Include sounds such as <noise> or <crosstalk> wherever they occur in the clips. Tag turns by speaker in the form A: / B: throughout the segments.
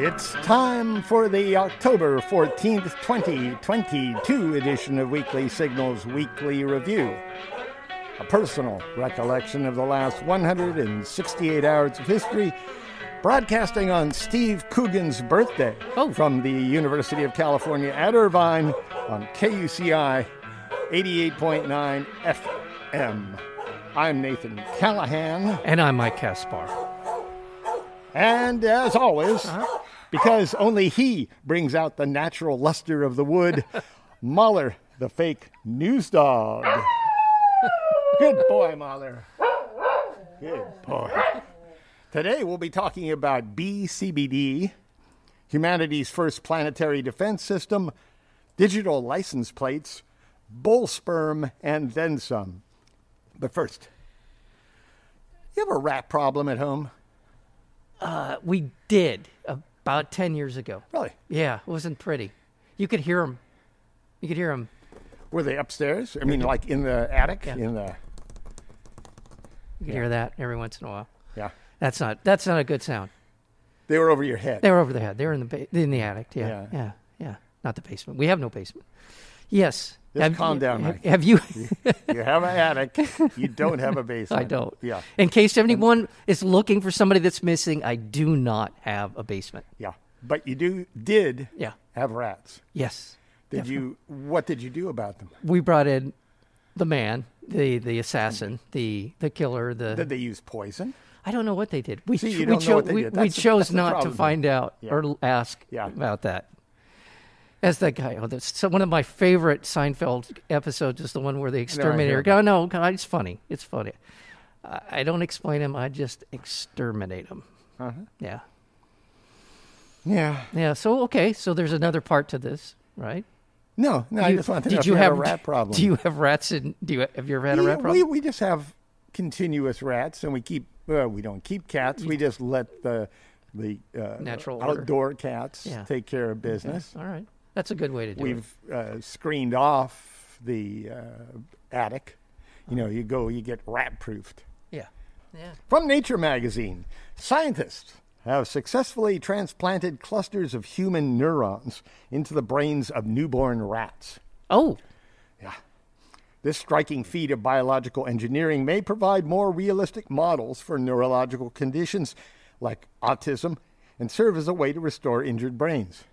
A: It's time for the October 14th, 2022 edition of Weekly Signals Weekly Review. A personal recollection of the last 168 hours of history, broadcasting on Steve Coogan's birthday
B: Oh.
A: from the University of California at Irvine on KUCI 88.9 FM. I'm Nathan Callahan.
B: And I'm Mike Kaspar.
A: And as always, because only he brings out the natural luster of the wood, Mahler, the fake news dog. Good boy, Mahler. Good boy. Today we'll be talking about BCBD, humanity's first planetary defense system, digital license plates, bull sperm, and then some. But first, you have a rat problem at home?
B: Uh, we did about 10 years ago.
A: Really?
B: Yeah, it wasn't pretty. You could hear them. You could hear them.
A: Were they upstairs? I mean, like in the attic?
B: Yeah.
A: In the
B: You could hear that every once in a while.
A: yeah,
B: That's not that's not a good sound.
A: they were over your head.
B: <laughs> They were over the head. They were in the ba- in the attic. Yeah,
A: Yeah.
B: yeah, yeah. Not the basement. We have no basement. Yes.
A: Just calm down,
B: Have,
A: Mike. <laughs>
B: have you? <laughs>
A: You have an attic. You don't have a basement.
B: I don't.
A: Yeah,
B: In case anyone is looking for somebody that's missing, I do not have a basement.
A: yeah. But you do did
B: Yeah.
A: have rats.
B: Yes.
A: Did you? What did you do about them?
B: we brought in the man, the the assassin, the the killer, the
A: Did they use poison?
B: I don't know what they did. We
A: See, you
B: we,
A: don't know
B: cho-
A: what they
B: we,
A: did.
B: we
A: That's the- that's
B: chose
A: the
B: not to
A: problem.
B: find out or l- ask
A: Yeah.
B: about that. As that guy, oh, that's so one of my favorite Seinfeld episodes is the one where the exterminator.
A: about
B: Oh no, God, it's funny. It's funny. I, I don't explain him. I just exterminate him.
A: Uh-huh.
B: Yeah,
A: Yeah.
B: yeah. So okay, so there's another part to this, right?
A: No, no. I
B: You-
A: just wanted to know if you, have, a rat problem.
B: Do you have rats? In, do you have you ever had a
A: Yeah,
B: rat problem?
A: We we just have continuous rats, and we keep. Well, we don't keep cats. We just let the the uh,
B: Natural order.
A: outdoor cats
B: Yeah.
A: take care of business.
B: All right. That's a good way to do it.
A: we've uh, screened off the uh, attic. You know, you go, you get rat proofed.
B: Yeah. Yeah.
A: From Nature magazine, scientists have successfully transplanted clusters of human neurons into the brains of newborn rats.
B: Oh,
A: This striking feat of biological engineering may provide more realistic models for neurological conditions like autism and serve as a way to restore injured brains.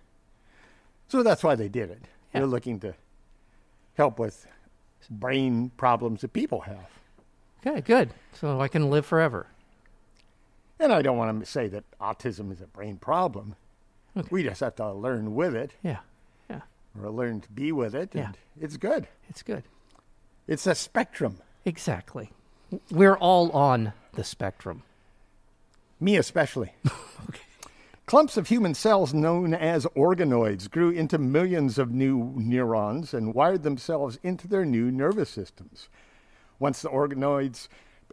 A: So that's why they did it. They're looking to help with brain problems that people have.
B: okay, good. So I can live forever.
A: And I don't want to say that autism is a brain problem. We just have to learn with it
B: Yeah. Yeah.
A: or learn to be with it.
B: Yeah.
A: And it's good.
B: It's good.
A: It's a spectrum.
B: Exactly. We're all on the spectrum.
A: Me <laughs> especially. Clumps of human cells known as organoids grew into millions of new neurons and wired themselves into their new nervous systems. Once the organoids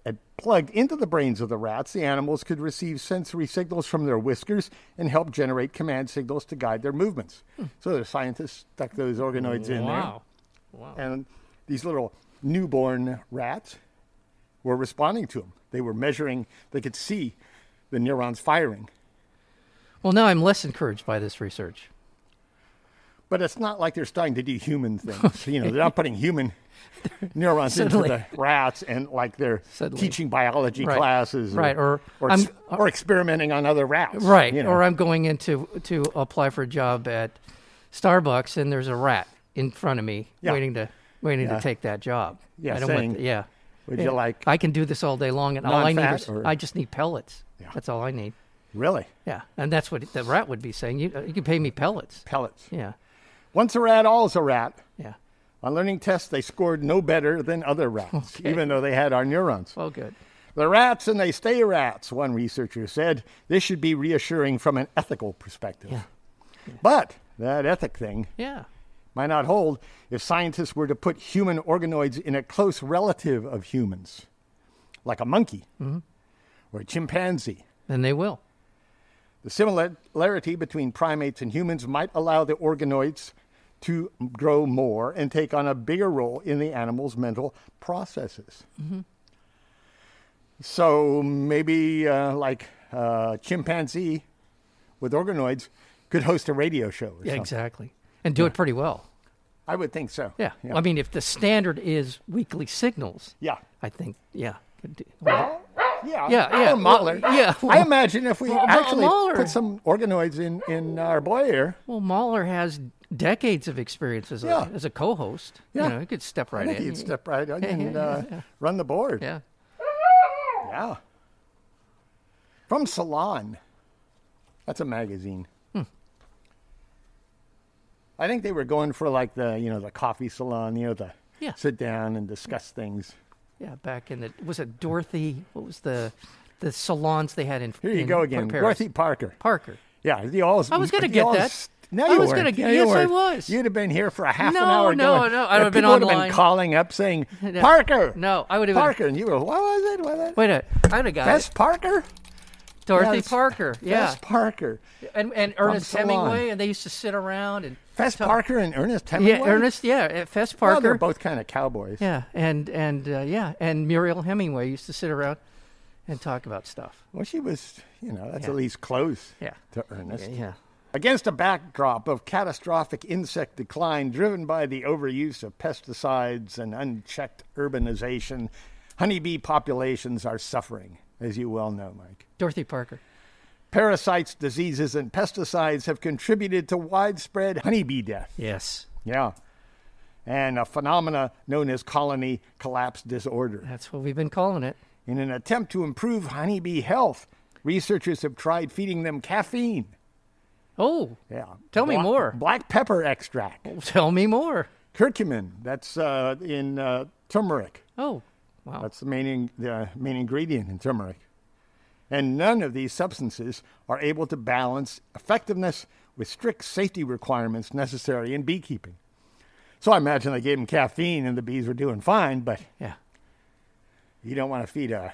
A: had plugged into the brains of the rats, the animals could receive sensory signals from their whiskers and help generate command signals to guide their movements. So the scientists stuck those organoids in there.
B: Wow.
A: And these little newborn rats were responding to them. They were measuring, they could see the neurons firing.
B: Well, now I'm less encouraged by this research.
A: But it's not like they're starting to do human
B: <laughs>
A: things. You know, they're not putting human neurons into
B: Suddenly.
A: the rats and like they're
B: Suddenly.
A: teaching biology
B: Right.
A: classes.
B: Right, or
A: or,
B: I'm-
A: ex- or experimenting on other rats.
B: Right.
A: you know.
B: Or I'm going in to, to apply for a job at Starbucks and there's a rat in front of me
A: Yeah.
B: waiting to waiting
A: Yeah.
B: to take that job.
A: Yeah,
B: I don't want
A: saying,
B: th- yeah.
A: would you
B: Yeah.
A: like-
B: I can do this all day long and all I need
A: Non-fat
B: is
A: or-
B: I just need pellets.
A: Yeah.
B: That's all I need.
A: Really?
B: Yeah, and that's what the rat would be saying. You, you can pay me pellets.
A: Pellets.
B: Yeah,
A: Once a rat, always a rat.
B: yeah.
A: On learning tests, they scored no better than other rats,
B: Okay.
A: even though they had our neurons.
B: Well, good.
A: The rats and they stay rats, one researcher said. This should be reassuring from an ethical perspective.
B: Yeah.
A: But that ethic thing
B: Yeah.
A: might not hold if scientists were to put human organoids in a close relative of humans, like a monkey or a chimpanzee.
B: Then they will.
A: The similarity between primates and humans might allow the organoids to grow more and take on a bigger role in the animal's mental processes.
B: Mm-hmm.
A: So maybe uh, like uh, chimpanzee with organoids could host a radio show. Or
B: Yeah,
A: something.
B: exactly. And do it pretty well.
A: I would think so.
B: Yeah. I mean, if the standard is weekly signals,
A: Yeah.
B: I think, yeah. could do-
A: Yeah.
B: Yeah, yeah.
A: Or Mahler.
B: Well, yeah.
A: I imagine if we
B: Well, Ma-
A: actually
B: Mahler.
A: put some organoids in, in our boy here,
B: Well, Mahler has decades of experience as a,
A: Yeah.
B: as a co host.
A: Yeah.
B: You know, he could step
A: I
B: right
A: think
B: in.
A: he'd step right in
B: <laughs> yeah,
A: and
B: yeah,
A: uh, run the board.
B: Yeah.
A: Yeah. From Salon. That's a magazine.
B: Hmm.
A: I think they were going for like the, you know, the coffee salon, you know, the
B: Yeah.
A: sit down and discuss things.
B: Yeah. Back in the, was it Dorothy? What was the the salons they had in
A: Here you
B: in
A: go again.
B: Paris?
A: Dorothy Parker.
B: Parker.
A: Yeah, the all.
B: I was gonna
A: the
B: get
A: all-
B: that.
A: No,
B: I
A: you
B: was
A: weren't.
B: gonna get-
A: No, you
B: yes, I
A: weren't.
B: was.
A: You'd have been here for a half
B: No,
A: an hour.
B: no,
A: going-
B: no,
A: Yeah,
B: I would've been
A: people would have
B: online.
A: been calling up saying
B: <laughs> No.
A: Parker.
B: No, I would have been-
A: Parker, and you were. What was it? What was it?
B: Wait a I would have got
A: Best
B: it.
A: Parker.
B: Dorothy
A: it's-
B: Parker. Yeah.
A: Bess Parker.
B: and, and Ernest
A: Salon.
B: Hemingway, and they used to sit around and.
A: Fess Parker and Ernest Hemingway.
B: Yeah, Ernest. Yeah, at Fess
A: Well,
B: Parker.
A: they're both kind of cowboys.
B: Yeah, and and uh, yeah, and Muriel Hemingway used to sit around and talk about stuff.
A: Well, she was. You know, that's
B: Yeah.
A: at least close.
B: Yeah.
A: To Ernest.
B: Yeah,
A: Against a backdrop of catastrophic insect decline driven by the overuse of pesticides and unchecked urbanization, honeybee populations are suffering, as you well know, Mike.
B: Dorothy Parker.
A: Parasites, diseases, and pesticides have contributed to widespread honeybee death.
B: Yes,
A: Yeah. And a phenomena known as colony collapse disorder.
B: that's what we've been calling it.
A: In an attempt to improve honeybee health, researchers have tried feeding them caffeine.
B: Oh,
A: Yeah.
B: Tell me
A: Bla-
B: more.
A: Black pepper extract.
B: tell me more.
A: curcumin. That's uh, in uh, turmeric.
B: Oh, wow.
A: That's the main in, the main ingredient in turmeric. And none of these substances are able to balance effectiveness with strict safety requirements necessary in beekeeping. So I imagine they gave them caffeine and the bees were doing fine, but
B: yeah,
A: you don't want to feed a,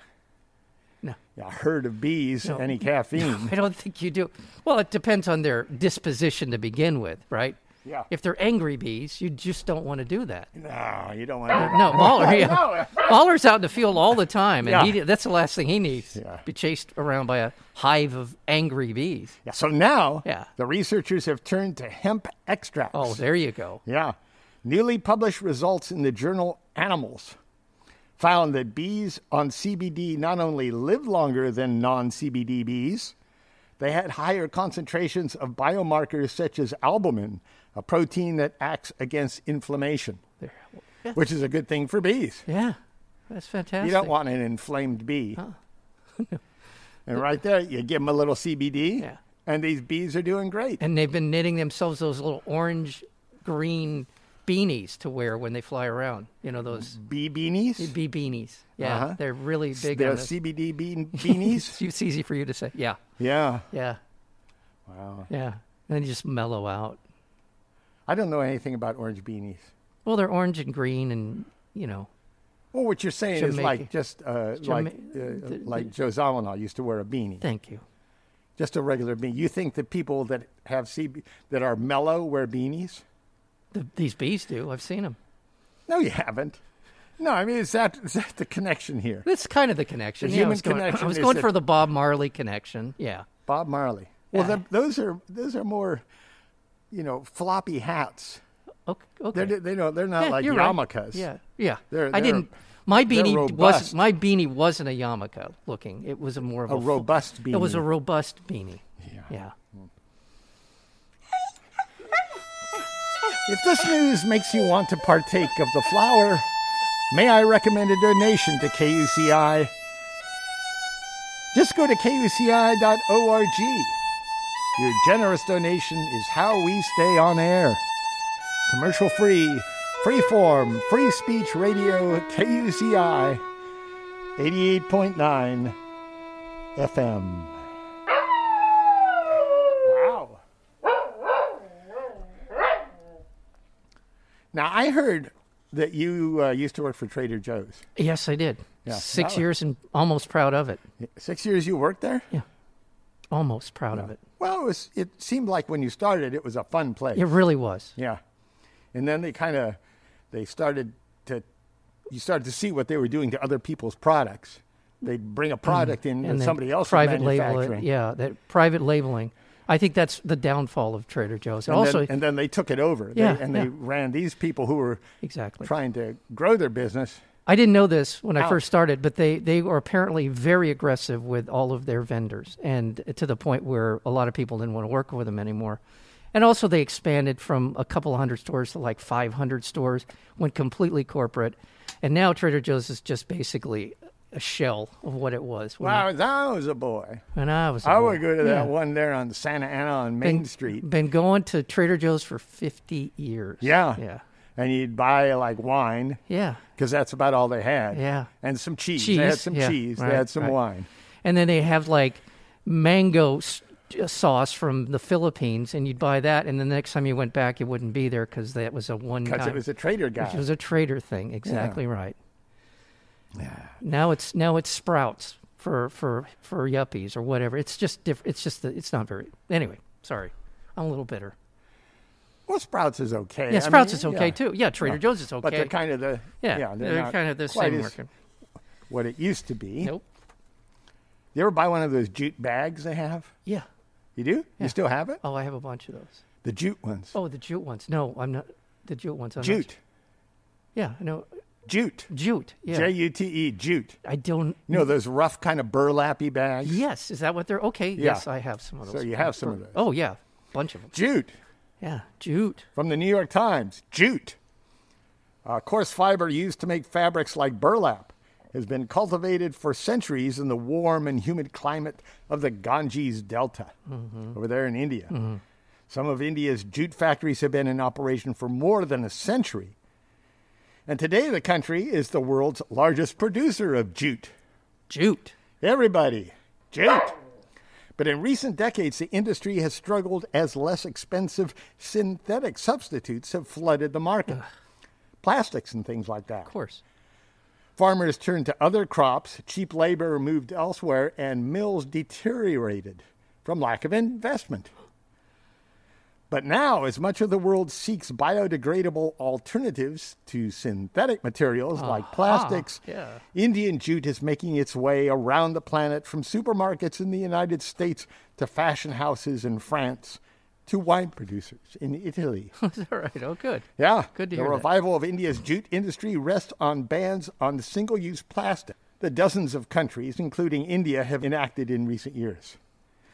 B: no,
A: a herd of bees
B: No.
A: any caffeine.
B: I don't think you do. Well, it depends on their disposition to begin with, right?
A: Yeah.
B: If they're angry bees, you just don't want to do that.
A: No, you don't want to.
B: No, Mahler.
A: <laughs>
B: Yeah. Mahler's out in the field all the time, and
A: Yeah.
B: he, that's the last thing he needs.
A: Yeah.
B: Be chased around by a hive of angry bees.
A: Yeah, so now
B: Yeah.
A: the researchers have turned to hemp extracts.
B: Oh, there you go.
A: Yeah. Newly published results in the journal Animals found that bees on CBD not only live longer than non CBD bees, they had higher concentrations of biomarkers such as albumin, a protein that acts against inflammation,
B: There.
A: which is a good thing for bees.
B: Yeah, that's fantastic.
A: You don't want an inflamed bee. and right there, you give them a little CBD,
B: Yeah.
A: and these bees are doing great.
B: and they've been knitting themselves those little orange, green beanies to wear when they fly around. You know those
A: Bee beanies?
B: bee beanies. Yeah,
A: Mm-hmm. Uh-huh.
B: they're really big.
A: They're
B: on this.
A: CBD
B: <laughs>
A: bean beanies?
B: it's easy for you to say. Yeah,
A: yeah.
B: yeah,
A: Wow.
B: yeah. And then you just mellow out.
A: I don't know anything about orange beanies.
B: Well, they're orange and green, and you know,
A: Well, what you're saying is
B: Jamaica-
A: like just uh, like uh,
B: the-
A: like Joe Zawinul used to wear a beanie,
B: thank you.
A: just a regular beanie. You think the people that have CB that are mellow wear beanies?
B: The, these bees do. I've seen them.
A: No, you haven't. No, I mean is that is that the connection here?
B: That's kind of the
A: The
B: connection. yeah,
A: human
B: I was going,
A: connection <laughs>
B: I was
A: is
B: going
A: that-
B: for the Bob Marley connection. Yeah.
A: Bob Marley. Well,
B: Yeah.
A: the, those are those are more, you know, floppy hats.
B: Okay. okay.
A: They're they don't they're not
B: Yeah,
A: like
B: you're right.
A: yarmulkes.
B: Yeah, yeah.
A: They're- they're-
B: I didn't. My
A: they're
B: beanie
A: robust.
B: was my beanie wasn't a yarmulke looking. It was a more of a,
A: A
B: fu-
A: robust
B: It was a
A: beanie.
B: robust beanie.
A: Yeah.
B: Yeah.
A: If this news makes you want to partake of the flower, may I recommend a donation to KUCI? Just go to kuci.org. Your generous donation is how we stay on air. Commercial free, free form, free speech radio, KUCI 88.9 FM. Wow. Now, I heard that you uh, used to work for Trader Joe's.
B: Yes, I did.
A: Yeah,
B: Six
A: that was-
B: years and almost proud of it.
A: Six years you worked there?
B: Almost proud of it.
A: Well, it, was, it seemed like when you started, it was a fun place.
B: It really was.
A: Yeah. And then they kind of, they started to, you started to see what they were doing to other people's products. They'd bring a product in that
B: Mm-hmm. then
A: somebody else was
B: private label
A: manufacturing.
B: it. Yeah, that private labeling. I think that's the downfall of Trader Joe's. And
A: And
B: also,
A: then, and then they took it over. They-
B: Yeah,
A: and
B: yeah.
A: they ran these people who were
B: exactly.
A: trying to grow their business.
B: I didn't know this when I
A: Ouch.
B: first started, but they they were apparently very aggressive with all of their vendors, and to the point where a lot of people didn't want to work with them anymore. And also, they expanded from a couple of hundred stores to like 500 stores, went completely corporate, and now Trader Joe's is just basically a shell of what it was when,
A: When I was, I was a boy,
B: when I was. a
A: I
B: boy.
A: would go to
B: Yeah.
A: that one there on Santa Ana on Main
B: Been-
A: Street.
B: Been going to Trader Joe's for 50 years.
A: Yeah.
B: yeah,
A: And you'd buy like wine
B: yeah.
A: because that's about all they had.
B: Yeah.
A: And some cheese. They had
B: Cheese,
A: some
B: yeah,
A: cheese.
B: right,
A: they had some
B: right.
A: wine.
B: and then they have like mango s- uh, sauce from the Philippines, and you'd buy that, and the next time you went back, it wouldn't be there because that was a one
A: Because
B: time.
A: it was a trader guy.
B: which was a trader thing, exactly right. Now it's now it's Sprouts for for for yuppies or whatever. It's just different. It's just the, it's not very. Anyway, sorry, I'm a little bitter.
A: well, Sprouts is okay. I
B: Yeah,
A: mean,
B: Sprouts is okay
A: yeah.
B: too. Yeah, Trader Joe's is okay.
A: But they're kind of the
B: yeah,
A: they're,
B: they're,
A: not
B: kind of the
A: quite
B: same
A: as
B: working.
A: what it used to be.
B: Nope.
A: You ever buy one of those jute bags they have?
B: Yeah.
A: You do? You still have it?
B: Oh, I have a bunch of those.
A: The jute ones.
B: Oh, the jute ones. No, I'm not. The jute ones. I'm not
A: jute.
B: Yeah, I know.
A: Jute.
B: Jute. Yeah.
A: J U T E. Jute.
B: I don't.
A: You know those rough kind of burlappy bags.
B: Yes, is that what they're? Okay.
A: Yeah.
B: Yes, I have some of
A: So
B: those.
A: you have some of those.
B: Oh yeah, bunch of them.
A: Jute
B: Yeah, jute.
A: from the New York Times. Jute. Uh, coarse fiber used to make fabrics like burlap has been cultivated for centuries in the warm and humid climate of the Ganges Delta over there in India. Some of India's jute factories have been in operation for more than a century. And today, the country is the world's largest producer of jute.
B: Jute.
A: Everybody, jute. But in recent decades, the industry has struggled as less expensive synthetic substitutes have flooded the market. Plastics and things like that.
B: Of course. <laughs>
A: Farmers turned to other crops, cheap labor moved elsewhere, and mills deteriorated from lack of investment. But now, as much of the world seeks biodegradable alternatives to synthetic materials like plastics,
B: yeah.
A: Indian jute is making its way around the planet from supermarkets in the United States to fashion houses in France to wine producers in Italy.
B: All right. Oh, good.
A: Yeah.
B: Good to
A: the
B: hear that.
A: revival of India's jute industry rests on bans on single use plastic that dozens of countries, including India, have enacted in recent years.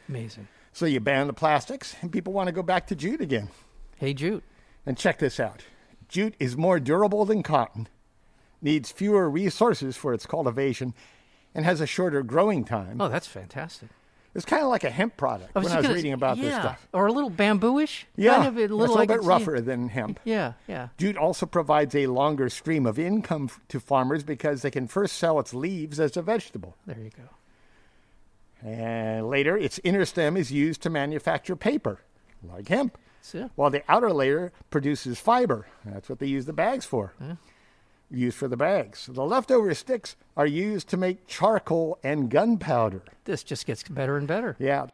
B: Amazing.
A: So you ban the plastics, and people want to go back to jute again.
B: Hey, jute.
A: And check this out jute is more durable than cotton, needs fewer resources for its cultivation, and has a shorter growing time.
B: Oh, that's fantastic.
A: It's kind of like a hemp product when
B: just
A: I was
B: gonna-
A: reading about
B: yeah,
A: this stuff.
B: or a little bambooish.
A: Yeah,
B: kind of a
A: it's
B: little,
A: a
B: I
A: little
B: can
A: bit
B: see-
A: rougher than hemp.
B: Yeah, yeah.
A: Jute also provides a longer stream of income f- to farmers because they can first sell its leaves as a vegetable.
B: There you go.
A: And later, its inner stem is used to manufacture paper, like hemp,
B: So,
A: while the outer layer produces fiber. That's what they use the bags for. Used for the bags. The leftover sticks are used to make charcoal and gunpowder.
B: this just gets better and better.
A: Yeah.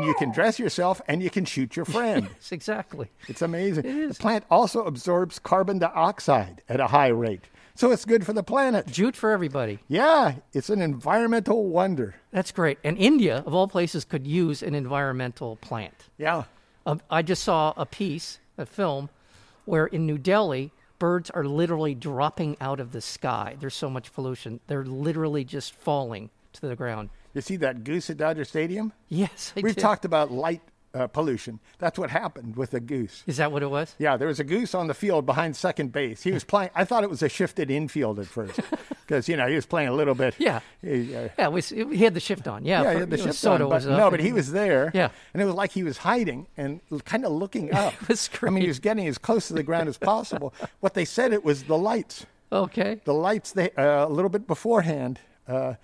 A: You can dress yourself and you can shoot your friend.
B: Yes, exactly.
A: It's amazing. The plant also absorbs carbon dioxide at a high rate. So it's good for the planet.
B: Jute for everybody.
A: Yeah, it's an environmental wonder.
B: That's great. And India, of all places, could use an environmental plant.
A: Yeah.
B: Um, I just saw a piece, a film, where in New Delhi, birds are literally dropping out of the sky. There's so much pollution. They're literally just falling to the ground. <laughs>
A: You see that goose at Dodger Stadium?
B: Yes, I
A: We've
B: did.
A: talked about light uh, pollution. That's what happened with the goose.
B: Is that what it was?
A: Yeah, there was a goose on the field behind second base. He was playing. I thought it was a shifted infield at
B: <laughs>
A: first because, you know, he was playing a little bit.
B: Yeah.
A: He, uh,
B: Yeah, it was, it, he had the shift on. Yeah,
A: yeah,
B: for-
A: he had the
B: you know,
A: shift
B: Soto
A: on,
B: was
A: but-
B: up
A: no, but
B: and-
A: he was there.
B: Yeah.
A: and it was like he was hiding and kind of looking up.
B: <laughs> was
A: I mean,
B: great.
A: he was getting as close to the ground as possible. what they said it was the lights,
B: Okay.
A: the lights. They uh, a little bit beforehand, uh,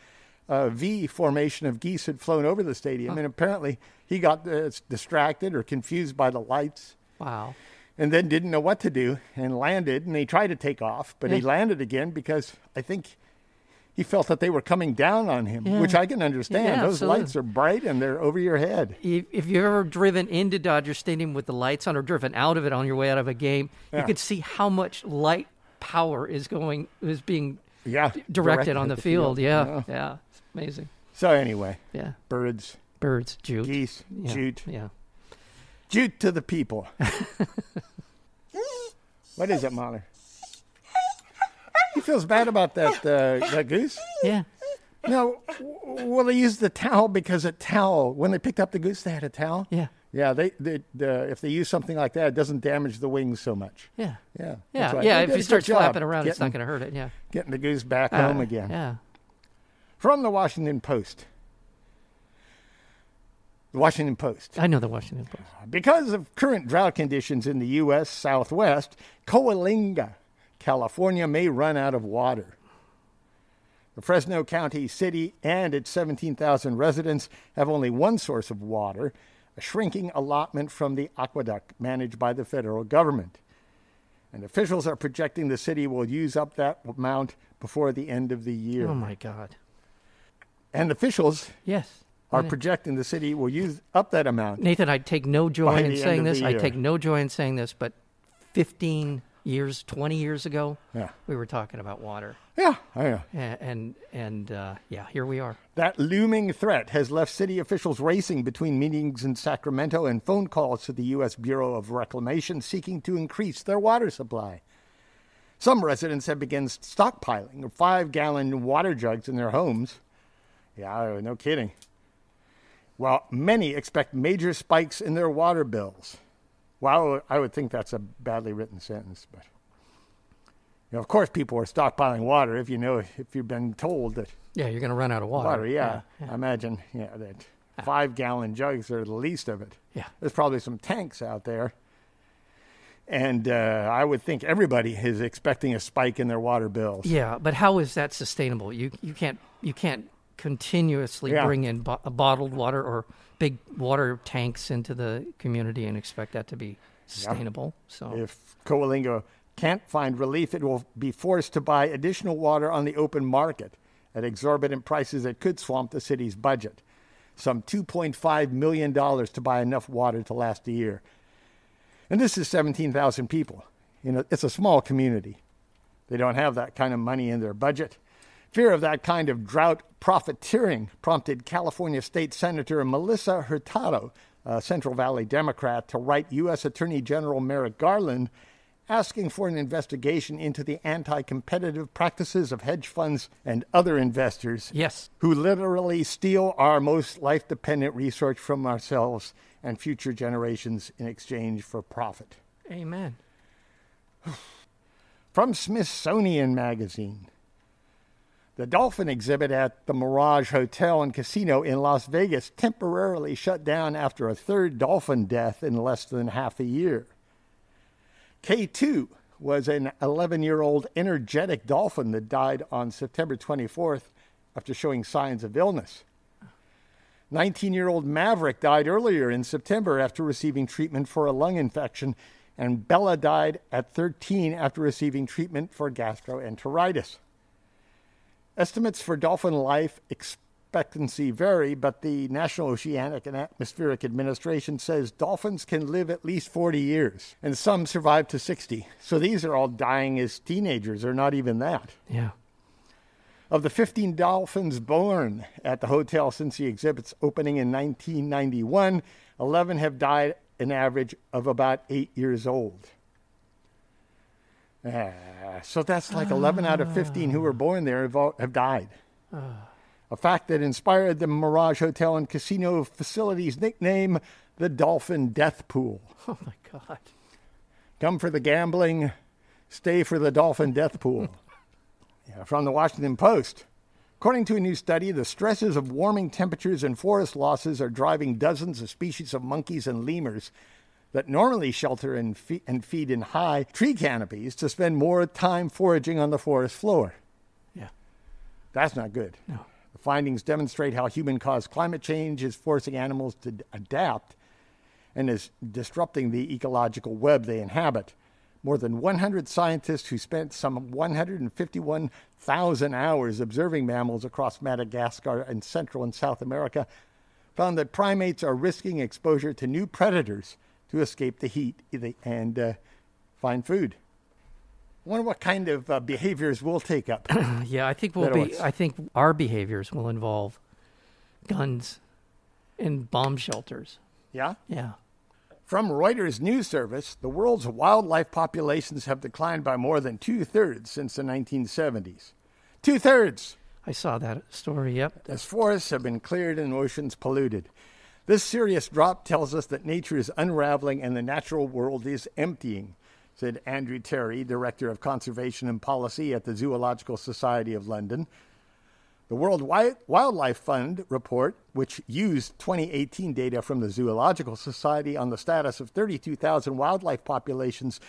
A: uh, V formation of geese had flown over the stadium, and apparently he got uh, distracted or confused by the lights.
B: Wow.
A: And then didn't know what to do and landed. And he tried to take off, but he
B: Yeah.
A: landed again because I think he felt that they were coming down on him, which I can understand.
B: Yeah,
A: Those
B: absolutely.
A: lights are bright and they're over your head.
B: If, if you've ever driven into Dodger Stadium with the lights on or driven out of it on your way out of a game, you could see how much light power is going is being
A: Yeah,
B: d- directed,
A: directed
B: on the
A: at the field.
B: field. Yeah, yeah. It's amazing.
A: So anyway,
B: Yeah.
A: birds.
B: Birds, jute.
A: Geese,
B: Yeah,
A: jute,
B: Yeah.
A: jute to the people. what is it, Mahler? He feels bad about that, uh, that goose.
B: Yeah.
A: No, w- well, they used the towel because a towel, when they picked up the goose, they had a towel.
B: Yeah.
A: Yeah, they, they the, if they use something like that, it doesn't damage the wings so much.
B: Yeah.
A: Yeah.
B: Yeah.
A: that's right.
B: yeah.
A: They
B: If
A: did a
B: you
A: good
B: start
A: job
B: flapping around, it's not
A: getting-
B: going to hurt it. Yeah.
A: Getting the goose back
B: Uh,
A: home again.
B: Yeah.
A: From the Washington Post. The Washington Post.
B: I know the Washington Post.
A: Because of current drought conditions in the U.S. Southwest, Coalinga, California may run out of water. The Fresno County city and its 17,000 residents have only one source of water a shrinking allotment from the aqueduct managed by the federal government. And officials are projecting the city will use up that amount before the end of the year.
B: Oh my God.
A: And officials
B: Yes.
A: are projecting the city will use up that amount.
B: Nathan, I take no joy
A: By the
B: in
A: end
B: saying
A: of the
B: this. I
A: year.
B: take no joy in saying this, but 15 years, 20 years ago,
A: Yeah.
B: we were talking about water,
A: Yeah, yeah.
B: A- and and uh, yeah, here we are.
A: That looming threat has left city officials racing between meetings in Sacramento and phone calls to the U.S. Bureau of Reclamation seeking to increase their water supply. Some residents have begun stockpiling five gallon water jugs in their homes. Yeah, no kidding. While many expect major spikes in their water bills. Wow, I would think that's a badly written sentence, but. You know, of course, people are stockpiling water if you know if you've been told that
B: Yeah, you're going to run out of water.
A: water. Yeah, I imagine. Yeah, that five gallon jugs are the least of it.
B: Yeah.
A: there's probably some tanks out there, and uh, I would think everybody is expecting a spike in their water bills.
B: Yeah, but how is that sustainable? You you can't you can't continuously
A: Yeah.
B: bring in bo- bottled water or big water tanks into the community and expect that to be sustainable. So
A: If Coalinga can't find relief, it will be forced to buy additional water on the open market at exorbitant prices that could swamp the city's budget. Some $2.5 million to buy enough water to last a year. And this is 17,000 people. You know, it's a small community. They don't have that kind of money in their budget. Fear of that kind of drought profiteering prompted California State Senator Melissa Hurtado, a Central Valley Democrat, to write U.S. Attorney General Merrick Garland asking for an investigation into the anti competitive practices of hedge funds and other investors
B: yes,
A: who literally steal our most life dependent research from ourselves and future generations in exchange for profit.
B: amen.
A: From Smithsonian Magazine. The dolphin exhibit at the Mirage Hotel and Casino in Las Vegas temporarily shut down after a third dolphin death in less than half a year. K2 was an 11 year old energetic dolphin that died on September 24th after showing signs of illness. 19 year old Maverick died earlier in September after receiving treatment for a lung infection, and Bella died at 13 after receiving treatment for gastroenteritis. Estimates for dolphin life expectancy vary, but the National Oceanic and Atmospheric Administration says dolphins can live at least 40 years, and some survive to 60. So these are all dying as teenagers, or not even that.
B: Yeah.
A: Of the 15 dolphins born at the hotel since the exhibit's opening in 1991, 11 have died an average of about eight years old. Ah, so that's like 11 out of 15 who were born there have, all, have died. A fact that inspired the Mirage Hotel and Casino facility's nickname, the Dolphin Death Pool.
B: Oh my God.
A: Come for the gambling, stay for the dolphin death pool. yeah, from the Washington Post. According to a new study, the stresses of warming temperatures and forest losses are driving dozens of species of monkeys and lemurs that normally shelter and, fe- and feed in high tree canopies to spend more time foraging on the forest floor.
B: Yeah.
A: That's not good. No. The findings demonstrate how human caused climate change is forcing animals to d- adapt and is disrupting the ecological web they inhabit. More than 100 scientists who spent some 151,000 hours observing mammals across Madagascar and Central and South America found that primates are risking exposure to new predators to escape the heat and uh, find food. wonder what kind of uh, behaviors we'll take up.
B: Yeah, I think we'll
A: Better
B: be.
A: ones.
B: I think our behaviors will involve guns, in bomb shelters.
A: Yeah?
B: Yeah.
A: From Reuters News Service, the world's wildlife populations have declined by more than two thirds since the 1970s. Two thirds!
B: I saw that story. Yep.
A: As forests have been cleared and oceans polluted. This serious drop tells us that nature is unraveling and the natural world is emptying, said Andrew Terry, Director of Conservation and Policy at the Zoological Society of London. The World Wi- Wildlife Fund report, which used 2018 data from the Zoological Society on the status of 32,000 wildlife populations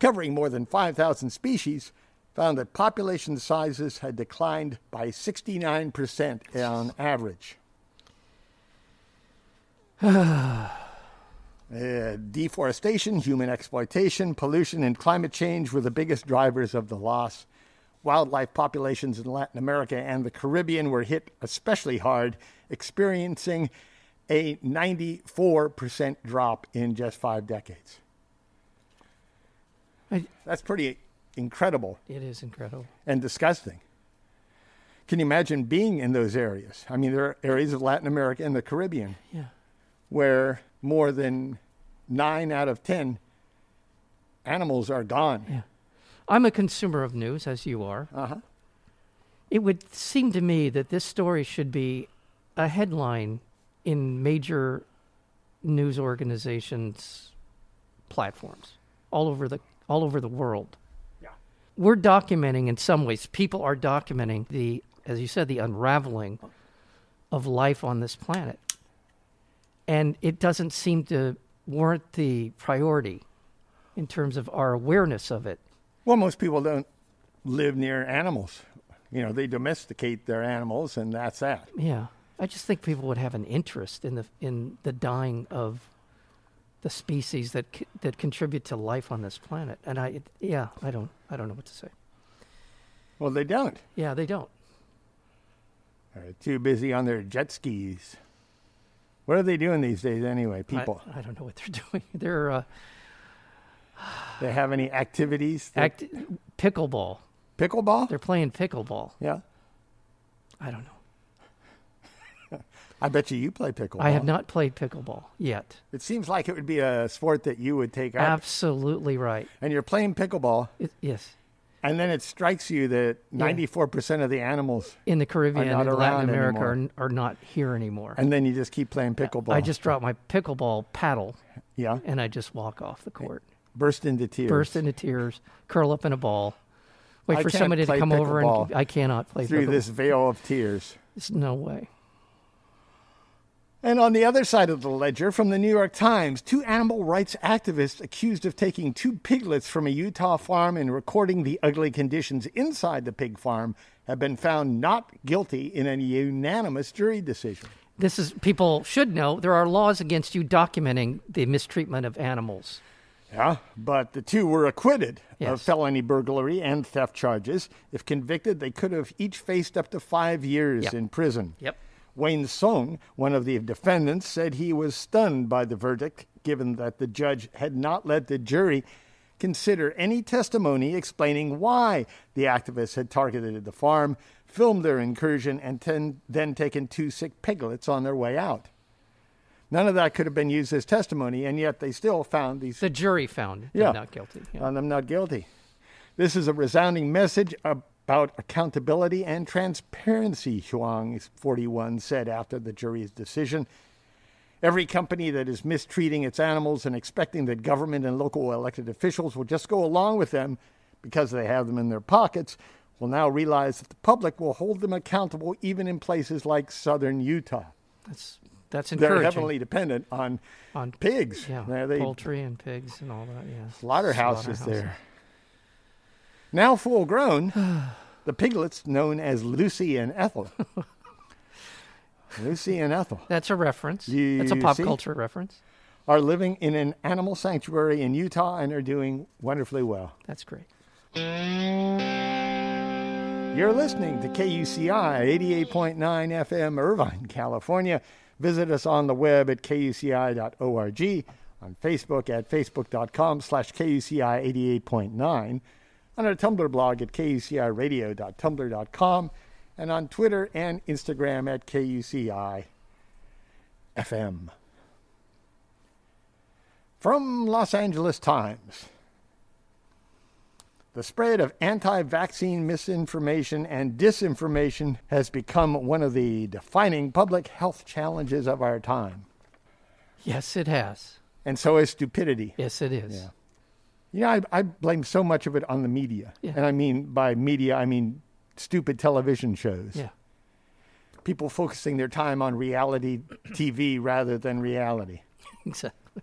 A: covering more than 5,000 species, found that population sizes had declined by 69% on average. Uh, deforestation, human exploitation, pollution, and climate change were the biggest drivers of the loss. Wildlife populations in Latin America and the Caribbean were hit especially hard, experiencing a 94% drop in just five decades.
B: I-
A: That's pretty incredible
B: It is incredible.
A: and disgusting. Can you imagine being in those areas? I mean, there are areas of Latin America and the Caribbean
B: Yeah.
A: where more than nine out of 10 animals are gone.
B: I'm a consumer of news, as you are.
A: Uh-huh.
B: It would seem to me that this story should be a headline in major news organizations' platforms all over the all over the world. We're documenting in some ways. People are documenting the, as you said, the unraveling of life on this planet, and it doesn't seem to warrant the priority in terms of our awareness of it.
A: Well, most people don't live near animals. You know, they domesticate their animals, and that's that.
B: Yeah, I just think people would have an interest in the in the dying of the species that c- that contribute to life on this planet. And I, it, yeah, I don't, I don't know what to say.
A: Well, they don't.
B: Yeah, they don't.
A: They're too busy on their jet skis. What are they doing these days anyway,
B: I-
A: people?
B: I, don't know what they're <laughs> doing. They're uh,
A: they have any activities? that-
B: act pickleball.
A: pickleball?
B: They're playing pickleball.
A: Yeah.
B: I don't know.
A: I bet you you play pickleball.
B: I have not played pickleball yet.
A: It seems like it would be a sport that you would take up.
B: Absolutely right.
A: and you're playing pickleball,
B: It, yes,
A: and then it strikes you that 94% of the animals,
B: in the Caribbean
A: not
B: and Latin
A: around
B: America are,
A: anymore.
B: n- are not here anymore.
A: and then you just keep playing pickleball.
B: I just dropped my pickleball paddle
A: yeah,
B: and I just walk off the court.
A: burst into tears.
B: burst into tears, curl up in a ball, wait
A: I
B: for
A: can't
B: somebody to
A: play
B: come over and
A: pickleball
B: I cannot play
A: through
B: pickleball.
A: this veil of tears.
B: There's no way.
A: And on the other side of the ledger, from the New York Times, two animal rights activists accused of taking two piglets from a Utah farm and recording the ugly conditions inside the pig farm have been found not guilty in a unanimous jury decision.
B: This is people should know there are laws against you documenting the mistreatment of animals.
A: Yeah, but the two were acquitted of
B: Yes.
A: felony burglary and theft charges. If convicted, they could have each faced up to five years
B: Yep.
A: in prison.
B: Yep.
A: Wayne Sung, one of the defendants, said he was stunned by the verdict, given that the judge had not let the jury consider any testimony explaining why the activists had targeted the farm, filmed their incursion, and ten, then taken two sick piglets on their way out. None of that could have been used as testimony, and yet they still found these
B: The jury found
A: Yeah. Uh,
B: them not guilty. Yeah.
A: and I'm not guilty. This is a resounding message about accountability and transparency, Huang 41 said after the jury's decision. Every company that is mistreating its animals and expecting that government and local elected officials will just go along with them because they have them in their pockets will now realize that the public will hold them accountable even in places like southern Utah.
B: That's that's
A: They're
B: encouraging.
A: heavily dependent on,
B: On-
A: pigs.
B: yeah,
A: Now, they
B: poultry and pigs and all that. Yeah,
A: slaughterhouse is there. Now full grown, the piglets known as Lucy and Ethel. Lucy and Ethel
B: That's a reference.
A: You
B: that's a pop
A: see?
B: culture reference.
A: are living in an animal sanctuary in Utah and are doing wonderfully well.
B: That's great.
A: You're listening to KUCI 88.9 FM, Irvine, California. Visit us on the web at kuci.org, on Facebook at facebook.com slash KUCI 88.9, on our Tumblr blog at kuciradio.tumblr.com, and on Twitter and Instagram at KUCI. FM. From Los Angeles Times. The spread of anti vaccine misinformation and disinformation has become one of the defining public health challenges of our time,
B: Yes, it has.
A: and so is stupidity.
B: Yes, it is. Yeah.
A: You know, I, I blame so much of it on the media.
B: Yeah.
A: And I mean, by media, I mean stupid television shows. People focusing their time on reality TV rather than reality.
B: <laughs> Exactly.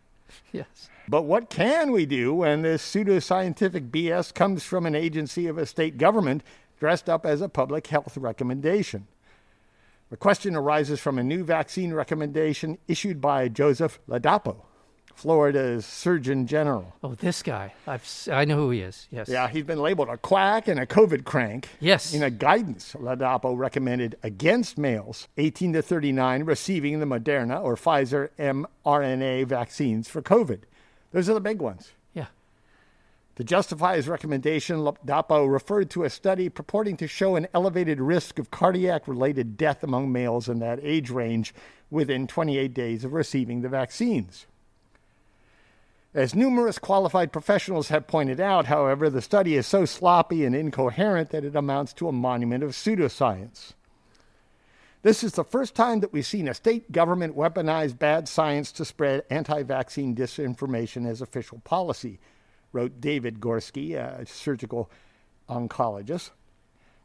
B: Yes.
A: But what can we do when this pseudoscientific BS comes from an agency of a state government dressed up as a public health recommendation? The question arises from a new vaccine recommendation issued by Joseph Ladapo, Florida's Surgeon General.
B: Oh, this guy. I've s- I know who he is. Yes.
A: Yeah, he's been labeled a quack and a COVID crank.
B: Yes.
A: In a guidance, Ladapo recommended against males 18 to 39 receiving the Moderna or Pfizer mRNA vaccines for COVID. Those are the big ones.
B: Yeah.
A: To justify his recommendation, Ladapo referred to a study purporting to show an elevated risk of cardiac related death among males in that age range within 28 days of receiving the vaccines. As numerous qualified professionals have pointed out, however, the study is so sloppy and incoherent that it amounts to a monument of pseudoscience. This is the first time that we've seen a state government weaponize bad science to spread anti vaccine disinformation as official policy, wrote David Gorski, a surgical oncologist.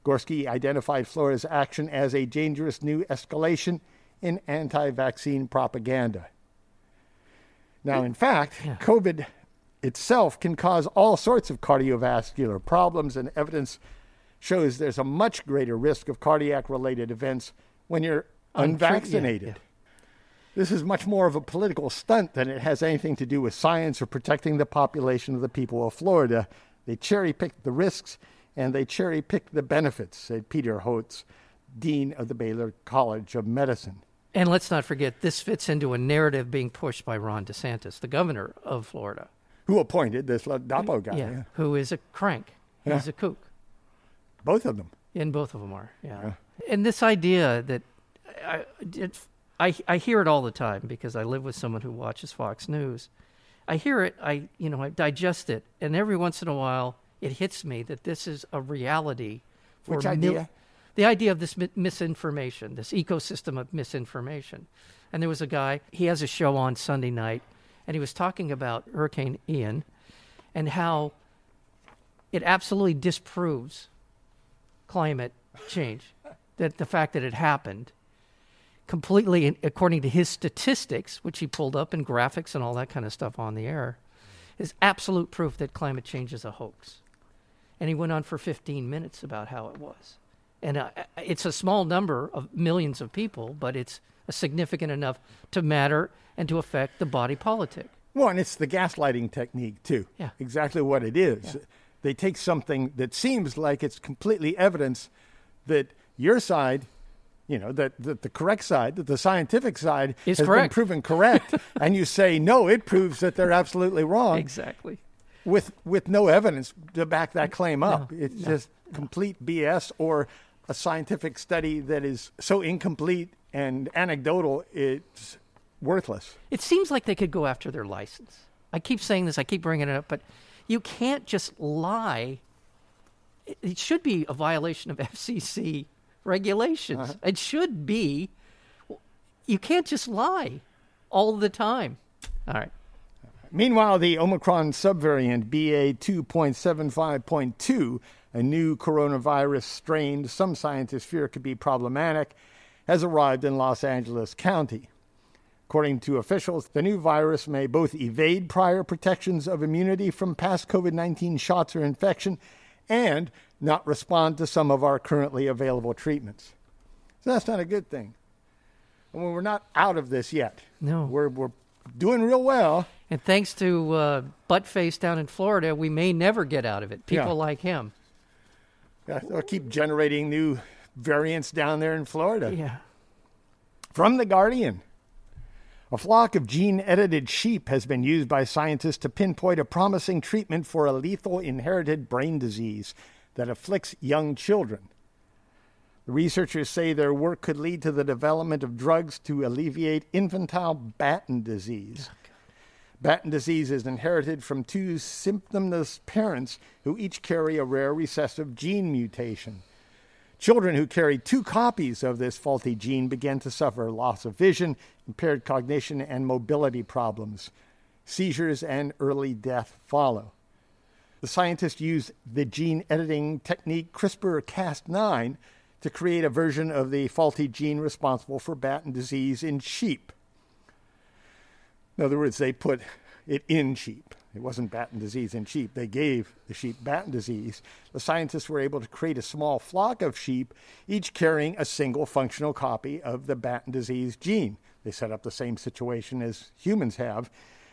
A: Gorski identified Florida's action as a dangerous new escalation in anti vaccine propaganda. Now, in fact, COVID itself can cause all sorts of cardiovascular problems, and evidence shows there's a much greater risk of cardiac related events when you're
B: yeah,
A: unvaccinated.
B: yeah.
A: This is much more of a political stunt than it has anything to do with science or protecting the population of the people of Florida. They cherry picked the risks and they cherry picked the benefits, said Peter Holtz, Dean of the Baylor College of Medicine.
B: And let's not forget, this fits into a narrative being pushed by Ron DeSantis, the governor of Florida.
A: Who appointed this Dapo guy?
B: yeah. Who is a crank. He's a kook.
A: Both of them.
B: And both of them are. Yeah. And this idea that I, it, I I hear it all the time because I live with someone who watches Fox News. I hear it. I you know I digest it, and every once in a while it hits me that this is a reality. For
A: Which
B: mil-
A: idea?
B: the idea of this mi- misinformation, this ecosystem of misinformation. And there was a guy, he has a show on Sunday night, and he was talking about Hurricane Ian and how it absolutely disproves climate change, that the fact that it happened completely in- according to his statistics, which he pulled up in graphics and all that kind of stuff on the air, is absolute proof that climate change is a hoax. And he went on for 15 minutes about how it was. And uh, it's a small number of millions of people, but it's significant enough to matter and to affect the body politic.
A: Well, and it's the gaslighting technique, too.
B: Yeah.
A: Exactly what it is. They take something that seems like it's completely evidence that your side, you know, that, that the correct side, that the scientific side
B: Is
A: has been
B: correct.
A: proven correct.
B: <laughs>
A: and you say, no, it proves that they're absolutely wrong
B: Exactly.
A: with, with no evidence to back that claim up. it's just complete BS or a scientific study that is so incomplete and anecdotal, it's worthless.
B: It seems like they could go after their license. I keep saying this, I keep bringing it up, but you can't just lie. It- It should be a violation of <laughs> FCC regulations.
A: Uh-huh.
B: It should be. You can't just lie all the time. All right.
A: Meanwhile, the Omicron subvariant BA2.75.2, a new coronavirus strain some scientists fear could be problematic, has arrived in Los Angeles County. According to officials, the new virus may both evade prior protections of immunity from past COVID 19 shots or infection and not respond to some of our currently available treatments. So that's not a good thing. And we're not out of this yet.
B: No.
A: We're, we're doing real well.
B: And thanks to uh, Buttface down in Florida, we may never get out of it. People
A: Yeah.
B: like him.
A: Yeah, they'll keep generating new variants down there in Florida.
B: Yeah.
A: From The Guardian. A flock of gene edited sheep has been used by scientists to pinpoint a promising treatment for a lethal inherited brain disease that afflicts young children. The researchers say their work could lead to the development of drugs to alleviate infantile Batten disease. Batten disease is inherited from two symptomless parents who each carry a rare recessive gene mutation. Children who carry two copies of this faulty gene begin to suffer loss of vision, impaired cognition, and mobility problems. Seizures and early death follow. The scientists used the gene editing technique CRISPR Cas9 to create a version of the faulty gene responsible for Batten disease in sheep. In other words, they put it in sheep. It wasn't Batten disease in sheep. They gave the sheep Batten disease. The scientists were able to create a small flock of sheep, each carrying a single functional copy of the Batten disease gene. They set up the same situation as humans have.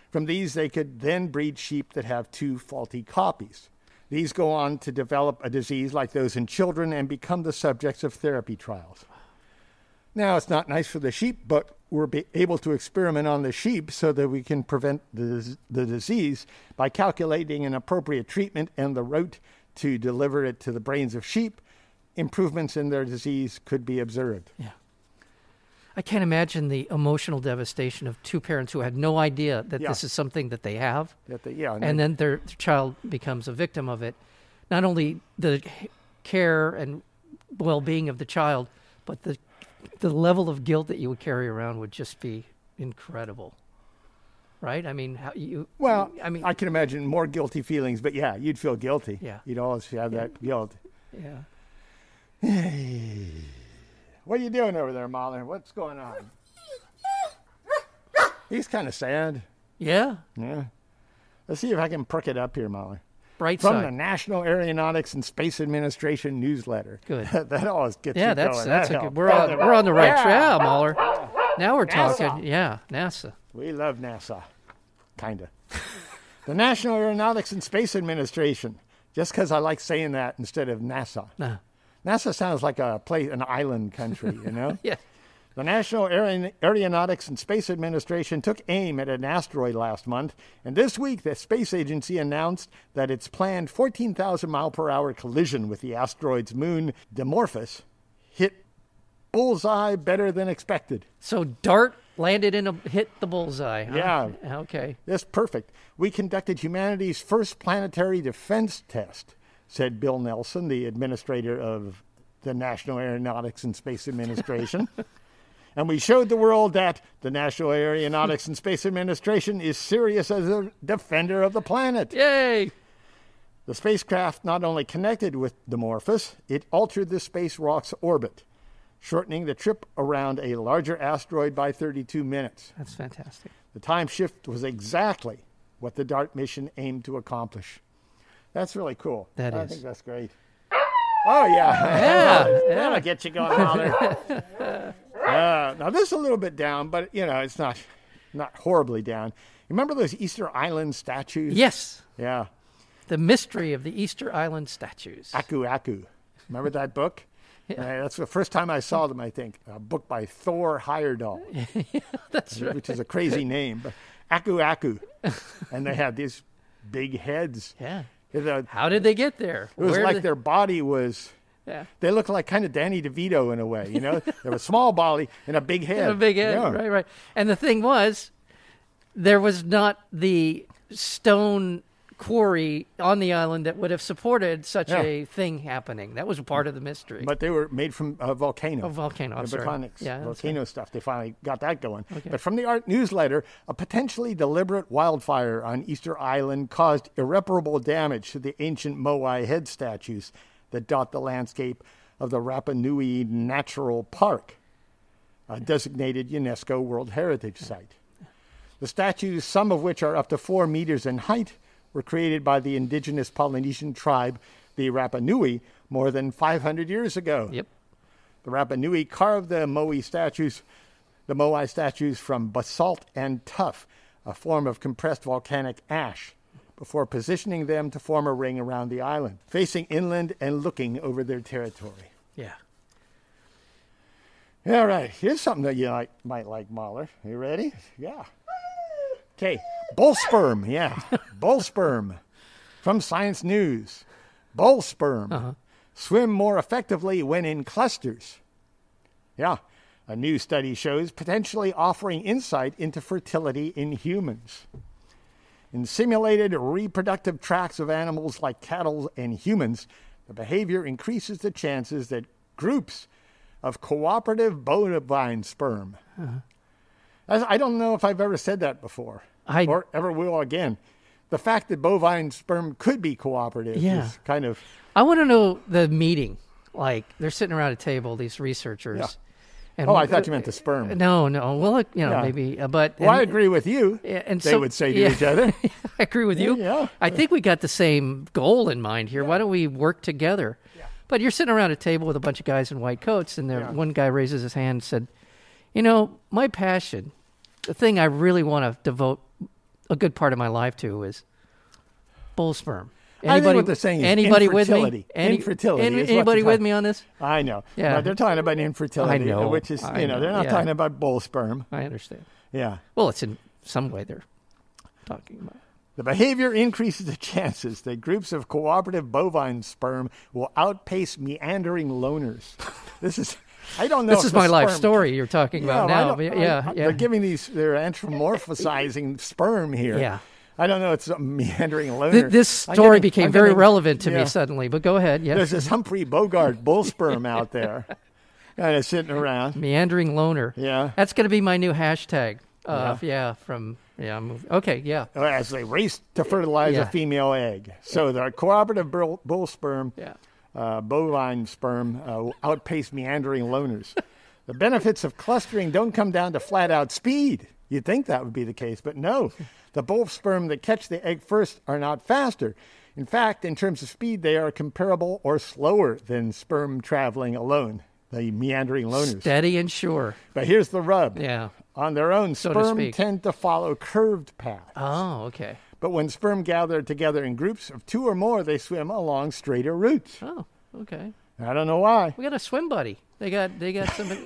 A: From these, they could then breed sheep that have two faulty copies. These go on to develop a disease like those in children and become the subjects of therapy trials. Now, it's not nice for the sheep, but we're be able to experiment on the sheep so that we can prevent the, the disease by calculating an appropriate treatment and the route to deliver it to the brains of sheep. Improvements in their disease could be observed.
B: I can't imagine the emotional devastation of two parents who had no idea that
A: Yeah.
B: this is something that they have,
A: That they- yeah,
B: and then their, their child becomes a victim of it. Not only the h- care and well-being of the child, but the the level of guilt that you would carry around would just be incredible, right? I mean, how you?
A: well,
B: I mean,
A: I can imagine more guilty feelings, but yeah, you'd feel guilty.
B: Yeah.
A: You'd always have that guilt.
B: yeah.
A: What are you doing over there, Mahler? What's going on? He's kind of sad.
B: Yeah,
A: Yeah. Let's see if I can perk it up here, Mahler.
B: bright
A: From
B: side.
A: the National Aeronautics and Space Administration newsletter.
B: Good.
A: <laughs> that always gets
B: yeah,
A: you
B: that's
A: going.
B: that's
A: That
B: a
A: helps.
B: good. We're on we're on the right
A: Yeah.
B: trail, Mahler. Now we're
A: NASA.
B: talking. Yeah, NASA.
A: We love NASA. Kinda. <laughs> the National Aeronautics and Space Administration. Just because I like saying that instead of NASA.
B: No.
A: NASA sounds like a place, an island country, you know?
B: Yeah.
A: The National Aer- Aeronautics and Space Administration took aim at an asteroid last month, and this week the space agency announced that its planned 14,000 mile per hour collision with the asteroid's moon, Dimorphos, hit bullseye better than expected.
B: So Dart landed in a hit the bullseye. huh?
A: Yeah.
B: Okay.
A: That's perfect. We conducted humanity's first planetary defense test, said Bill Nelson, the administrator of the National Aeronautics and Space Administration. and we showed the world that the National Aeronautics and Space Administration is serious as a defender of the planet.
B: Yay.
A: The spacecraft not only connected with Dimorphos, it altered the space rock's orbit, shortening the trip around a larger asteroid by 32 minutes.
B: That's fantastic.
A: The time shift was exactly what the DART mission aimed to accomplish. That's really cool.
B: That
A: I
B: is.
A: think that's great. Oh yeah,
B: Yeah.
A: <laughs> that'll get you going, Mahler.
B: <laughs>
A: uh, now this is a little bit down, but you know it's not not horribly down. Remember those Easter Island statues?
B: Yes.
A: Yeah,
B: The mystery of the Easter Island statues.
A: Aku Aku. Remember that
B: <laughs>
A: book? Uh, that's the first time I saw them. I think a book by Thor Heyerdahl.
B: <laughs> That's right.
A: which is a crazy name, but Aku Aku. and they had these big heads.
B: Yeah.
A: It uh,
B: How did they get there?
A: it was
B: Where
A: like
B: did-
A: their body was,
B: Yeah.
A: they looked like kind of Danny DeVito in a way, you know? there was a small body and a
B: <laughs>
A: big head.
B: A big head.
A: Yeah.
B: Right, right. And the thing was, there was not the stone quarry on the island that would have supported such
A: Yeah.
B: a thing happening. That was part of the mystery.
A: But they were made from a volcano.
B: A volcano, I'm
A: The
B: sorry.
A: volcanics,
B: Yeah, that's
A: volcano stuff. They finally got that going. But from the art newsletter, a potentially deliberate wildfire on Easter Island caused irreparable damage to the ancient Moai head statues that dot the landscape of the Rapa Nui Natural Park, a designated UNESCO World Heritage Site. The statues, some of which are up to four meters in height, were created by the indigenous Polynesian tribe, the Rapa Nui, more than 500 years ago.
B: yep.
A: The Rapa Nui carved the Moai statues, the Moai statues from basalt and tuff, a form of compressed volcanic ash, before positioning them to form a ring around the island, facing inland and looking over their territory.
B: Yeah.
A: All right, here's something that you like, might like, Mahler. You ready? Yeah. Okay, bullsperm. Yeah, bullsperm. From Science News, bullsperm. swim more effectively when in clusters. Yeah, a new study shows potentially offering insight into fertility in humans. In simulated reproductive tracts of animals like cattle and humans, the behavior increases the chances that groups of cooperative bovine sperm.
B: Uh-huh.
A: That's- I don't know if I've ever said that before
B: I-
A: or ever will again. The fact that bovine sperm could be cooperative
B: Yeah.
A: is kind of
B: I want to know the meeting. Like they're sitting around a table, these researchers.
A: Yeah.
B: And
A: Oh, I thought you meant the sperm.
B: No, no. Well, look, you know,
A: Yeah.
B: maybe, uh, but
A: Well, I
B: and-
A: agree with you.
B: Yeah, and
A: they
B: so-
A: would say to
B: yeah.
A: each
B: <laughs>
A: other.
B: I agree with you.
A: Yeah.
B: I think we got the same goal in mind here. Why don't we work together? But you're sitting around a table with a bunch of guys in white coats, and there one guy raises his hand and said, "You know, my passion, the thing I really want to devote a good part of my life to is bull sperm."
A: I think what they're saying is
B: anybody with me?
A: infertility. Infertility
B: any-
A: is what they're
B: anybody with
A: talking-
B: me on this?
A: I know.
B: Yeah.
A: But they're talking about infertility,
B: I know.
A: which is,
B: I
A: you know,
B: know.
A: they're not
B: Yeah.
A: talking about bull sperm.
B: I understand.
A: Yeah.
B: Well, it's in some way they're talking about.
A: The behavior increases the chances that groups of cooperative bovine sperm will outpace meandering loners. This is, I don't know.
B: This
A: if
B: is
A: the
B: my life
A: sperm-
B: story you're talking
A: Yeah,
B: about
A: well, I
B: now.
A: don't-
B: but
A: I-
B: yeah,
A: I-
B: yeah.
A: They're giving these, they're anthropomorphizing sperm here.
B: Yeah.
A: I don't know. It's a meandering loner.
B: Th- this
A: I'm
B: story
A: getting-
B: became
A: I'm
B: very
A: getting-
B: relevant to
A: yeah.
B: me suddenly. But go ahead. Yes.
A: There's this Humphrey Bogart bull sperm out
B: <laughs>
A: there, kind of sitting around.
B: meandering loner.
A: Yeah.
B: That's going to be my new hashtag. Uh, yeah. From yeah. Move, okay. Yeah.
A: uh, as they race to fertilize a
B: Yeah.
A: female egg. So the cooperative bull, bull sperm,
B: Yeah.
A: uh, bovine sperm, uh, will outpace meandering loners. the benefits of clustering don't come down to flat out speed. You'd think that would be the case, but no. The bull sperm that catch the egg first are not faster. In fact, in terms of speed, they are comparable or slower than sperm traveling alone, the meandering loners.
B: Steady and sure.
A: but here's the rub.
B: Yeah.
A: On their own,
B: to
A: sperm
B: speak.
A: tend to follow curved paths.
B: Oh. Okay.
A: But when sperm gather together in groups of two or more, they swim along straighter routes.
B: Oh. Okay.
A: I don't know why.
B: We got a swim buddy. They got. They got
A: <laughs>
B: somebody.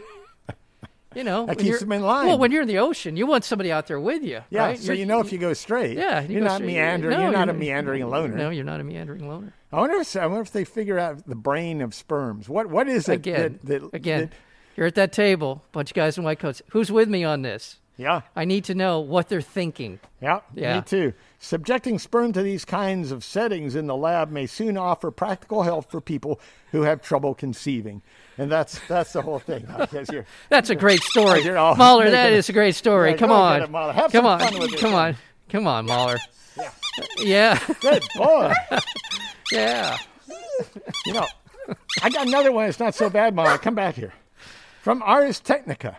B: You know, when
A: keeps
B: you're-
A: them in line.
B: Well, when you're in the ocean, you want somebody out there with you.
A: Yeah,
B: right?
A: so you know if you go straight,
B: Yeah, you
A: you're
B: go
A: not
B: straight-
A: meandering.
B: no,
A: you're not a
B: you're-
A: meandering loner.
B: No, you're not a meandering loner.
A: I wonder if I wonder if they figure out the brain of sperms. What what is it
B: Again,
A: that, that
B: again,
A: that-
B: you're at that table, bunch of guys in white coats. Who's with me on this?
A: yeah,
B: I need to know what they're thinking.
A: yeah, me
B: Yeah.
A: too. Subjecting sperm to these kinds of settings in the lab may soon offer practical help for people who have trouble conceiving, and that's that's the whole thing. I guess you're-
B: That's a great story,
A: <laughs> You're all
B: Mahler. That
A: making it-
B: is a great story.
A: Yeah,
B: come
A: go
B: on,
A: get it, Mahler. Have some
B: come on,
A: fun with it.
B: come on, come on,
A: <laughs>
B: Mahler. Yeah,
A: good boy.
B: <laughs> yeah.
A: You know, I got another one. It's not so bad, Mom. Come back here. From Ars Technica.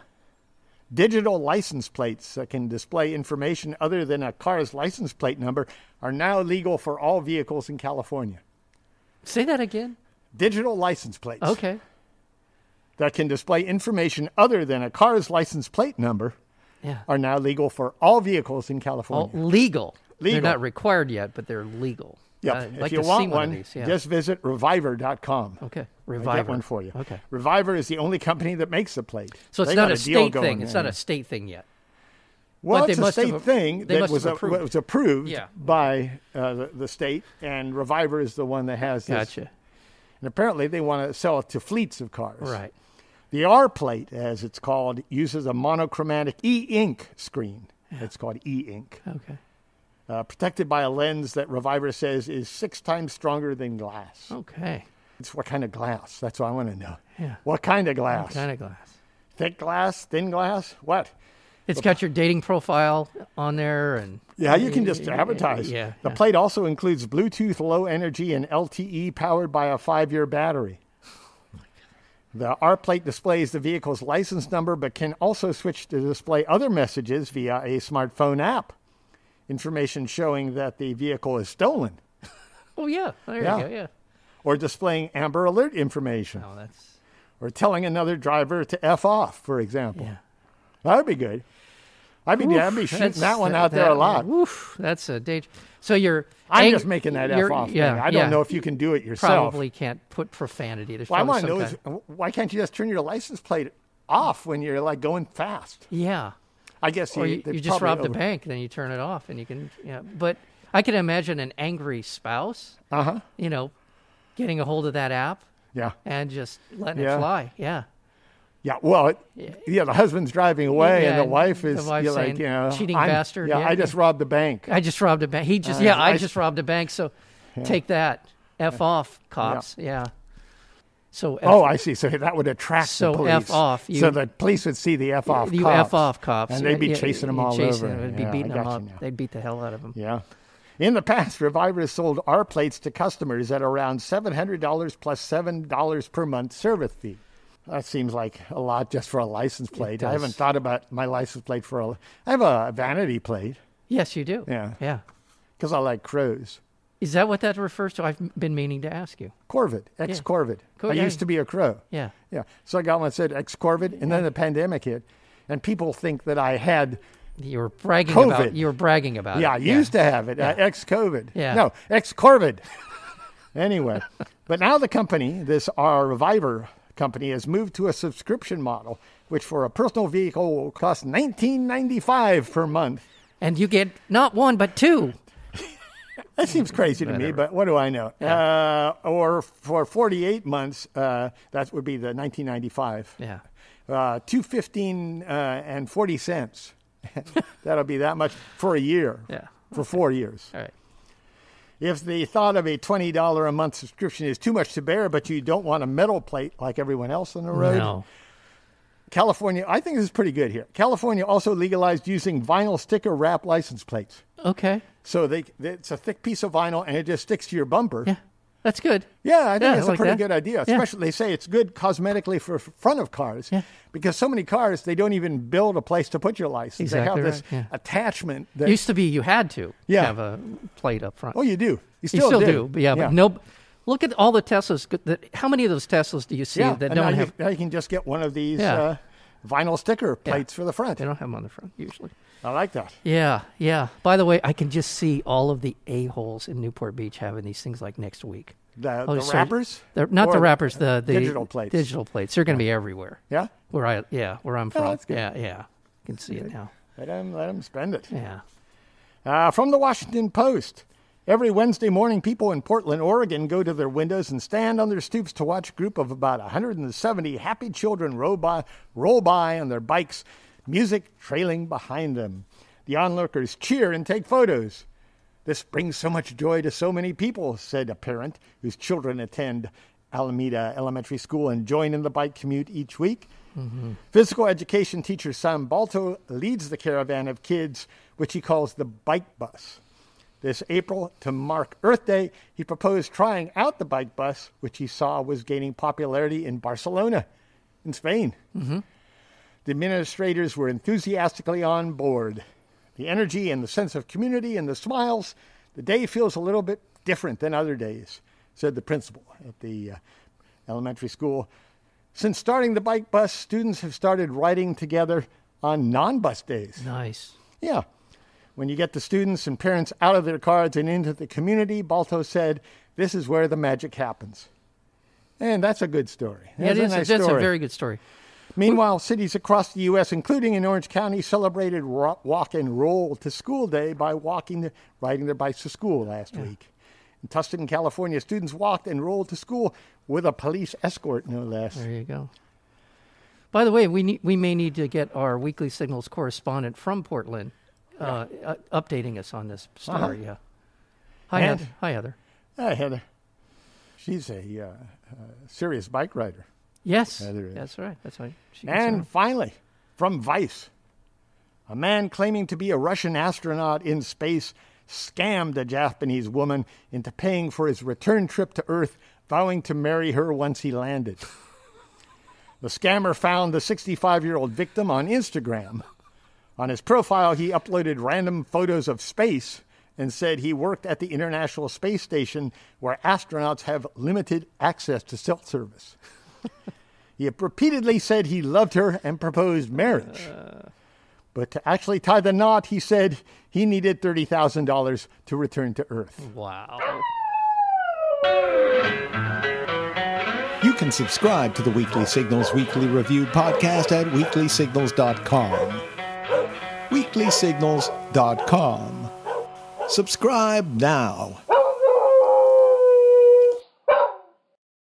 A: Digital license plates that can display information other than a car's license plate number are now legal for all vehicles in California.
B: Say that again.
A: Digital license plates
B: Okay.
A: that can display information other than a car's license plate number
B: Yeah.
A: are now legal for all vehicles in
B: All
A: California.
B: legal.
A: Legal.
B: They're not required yet, but they're legal.
A: Yep.
B: I'd
A: if
B: like
A: you
B: to
A: want
B: see one,
A: one,
B: of these. Yeah.
A: just visit reviver.com.
B: okay.
A: I
B: Reviver.
A: got one for you.
B: Okay.
A: Reviver is the only company that makes the plate.
B: So it's
A: They
B: not
A: got
B: a
A: deal
B: state
A: going
B: thing. It's
A: there.
B: not a state thing yet.
A: Well,
B: But they
A: it's a
B: must have
A: state
B: a-
A: thing
B: they
A: that
B: must
A: was,
B: have
A: a-
B: approved.
A: was approved
B: Yeah.
A: by uh, the, the state, and Reviver is the one that has this.
B: Gotcha.
A: And apparently, they want to sell it to fleets of cars.
B: Right.
A: The R plate, as it's called, uses a monochromatic e ink screen. It's called e ink,
B: Okay.
A: uh, protected by a lens that Reviver says is six times stronger than glass.
B: Okay.
A: It's what kind of glass? That's what I want to know.
B: Oh. Yeah.
A: What kind of glass?
B: Kind of glass.
A: Thick glass? Thin glass? What?
B: It's got your dating profile on there,
A: Mm,
B: and
A: Yeah, you can just advertise.
B: yeah,
A: the
B: yeah.
A: plate also includes Bluetooth low energy and LTE powered by a five year battery. The R plate displays the vehicle's license number, but can also switch to display other messages via a smartphone app. Information showing that the vehicle is stolen
B: oh yeah, there
A: Yeah.
B: you go. Yeah.
A: or displaying Amber Alert information
B: Oh, that's
A: or telling another driver to F off, for example.
B: yeah.
A: That would be good. I'd be, I'd be shooting
B: That's-
A: that one out there a
B: that-
A: lot.
B: Oof, that's a danger. So you're.
A: I'm
B: ang-
A: just making that F
B: you're-
A: off
B: yeah,
A: thing. I don't
B: yeah.
A: know if you can do it yourself.
B: probably can't put profanity. There's
A: Well, I
B: probably
A: want to know
B: some
A: is
B: kind-
A: why can't you just turn your license plate off when you're like going fast?
B: yeah,
A: I guess
B: or
A: you,
B: you,
A: they
B: you just
A: probably
B: rob the
A: over-
B: bank, then you turn it off, and you can. Yeah, but I can imagine an angry spouse. You know, getting a hold of that app
A: Uh-huh. Yeah.
B: and just letting
A: Yeah.
B: it fly. Yeah.
A: Yeah, well, it, yeah. the husband's driving away,
B: Yeah,
A: and the
B: and
A: wife
B: the
A: is
B: wife's
A: you're like,
B: saying,
A: you know,
B: "Cheating
A: I'm-
B: bastard,"
A: Yeah,
B: yeah,
A: I just robbed the
B: <laughs>
A: bank.
B: I just robbed a bank. He just,
A: I-
B: yeah, I,
A: Uh, I-
B: just robbed a bank. So take that. F off, cops. Yeah. So F,
A: oh, I see. So that would attract
B: So
A: the
B: F
A: police.
B: off,
A: so
B: you-
A: the police would see the f off.
B: you
A: cops,
B: F off, cops.
A: and they'd be
B: Yeah,
A: chasing them
B: you'd
A: all
B: chase
A: over.
B: Them. It'd be
A: yeah,
B: beating
A: I
B: them
A: got
B: up.
A: you now.
B: They'd beat the hell out of them.
A: Yeah. In the past, Revivers sold R plates to customers at around $700 plus $7 per month service fee. That seems like a lot just for a license plate. I
B: does.
A: haven't thought about my license plate for a. I have a vanity plate
B: Yes, you do.
A: Yeah.
B: Yeah.
A: because I like crows.
B: Is that what that refers to? I've been meaning to ask you.
A: Corvid, ex Corvid.
B: Cool,
A: I
B: yeah.
A: used to be a crow.
B: Yeah.
A: Yeah. So I got one that said ex Corvid, and then the pandemic hit, and people think that I had.
B: You were bragging
A: COVID.
B: about you were bragging about
A: Yeah, I
B: it.
A: used to have it. Uh, ex COVID.
B: Yeah.
A: No, ex Corvid. <laughs> anyway, but now the company, this our Reviver company, has moved to a subscription model, which for a personal vehicle will cost nineteen ninety five per month.
B: And you get not one but two.
A: That seems crazy to me, but what do I know? Uh, or for forty eight months, uh, that would be the nineteen ninety five.
B: Yeah.
A: Uh, two fifteen uh, and forty cents. <laughs> That'll be that much for a year.
B: Yeah.
A: For four years.
B: All right.
A: If the thought of a $20 a month subscription is too much to bear, but you don't want a metal plate like everyone else on the road,
B: No.
A: California, I think this is pretty good here. California also legalized using vinyl sticker wrap license plates.
B: Okay.
A: So they, it's a thick piece of vinyl and it just sticks to your bumper.
B: Yeah. That's good.
A: Yeah, I think
B: Yeah,
A: it's a
B: I like
A: pretty
B: that.
A: good idea.
B: Yeah.
A: Especially they say it's good cosmetically for f- front of cars
B: Yeah.
A: because so many cars they don't even build a place to put your license.
B: Exactly
A: they have this
B: right, yeah.
A: attachment that
B: Used to be you had to
A: Yeah.
B: have a plate up front.
A: oh you do you
B: you
A: still,
B: do. but yeah,
A: Yeah.
B: but no. Look at all the Teslas. g- That, how many of those Teslas do you see
A: yeah.
B: that
A: and
B: don't
A: now
B: have?
A: you, now you can just get one of these
B: Yeah.
A: uh, vinyl sticker plates for the front.
B: They don't have them on the front usually.
A: I like that.
B: Yeah, yeah. By the way, I can just see all of the a holes in Newport Beach having these things like next week.
A: The,
B: Oh,
A: the
B: sorry.
A: wrappers,
B: They're, not the
A: Or-
B: wrappers. The, the
A: digital plates.
B: Digital plates. They're going to be everywhere.
A: Yeah, Oh,
B: Where I yeah, where I'm from.
A: that's good.
B: Yeah, yeah. I can see it now.
A: let them let them spend it.
B: Yeah.
A: Uh, from the Washington Post. Every Wednesday morning, people in Portland, Oregon go to their windows and stand on their stoops to watch a group of about 170 happy children roll by, roll by on their bikes, music trailing behind them. The onlookers cheer and take photos. This brings so much joy to so many people, said a parent whose children attend Alameda Elementary School and join in the bike commute each week. Physical education teacher Sam Balto leads the caravan of kids, which he calls the bike bus. This April, to mark Earth Day, he proposed trying out the bike bus, which he saw was gaining popularity in Barcelona, in Spain. The administrators were enthusiastically on board. The energy and the sense of community and the smiles, the day feels a little bit different than other days, said the principal at the uh, elementary school. Since starting the bike bus, students have started riding together on non bus days.
B: Nice.
A: Yeah. When you get the students and parents out of their cars and into the community, Balto said, this is where the magic happens. And that's a good story.
B: Yeah, it
A: That's
B: is.
A: A nice
B: that's
A: story.
B: a very good story.
A: Meanwhile, cities across the U.S., including in Orange County, celebrated ro- Walk and Roll to School Day by walking, the, riding their bikes to school last week. In Tustin, California, students walked and rolled to school with a police escort, no less.
B: There you go. By the way, we need, we may need to get our weekly signals correspondent from Portland uh, uh, updating us on this story. Yeah. Hi,
A: Uh-huh. And-
B: Heather. Hi, Heather.
A: Hi, Heather. She's a uh, uh, serious bike rider.
B: Yes,
A: Heather is.
B: that's right. That's right. She gets
A: And
B: around.
A: finally, from Vice, a man claiming to be a Russian astronaut in space scammed a Japanese woman into paying for his return trip to Earth, vowing to marry her once he landed. <laughs> the scammer found the 65 year old victim on Instagram. On his profile, he uploaded random photos of space and said he worked at the International Space Station where astronauts have limited access to cell service. He had repeatedly said he loved her and proposed marriage. but to actually tie the knot, he said he needed $30,000 to return to Earth.
B: wow.
C: You can subscribe to the Weekly Signals Weekly Review podcast at weeklysignals.com. Weeklysignals.com. Subscribe now.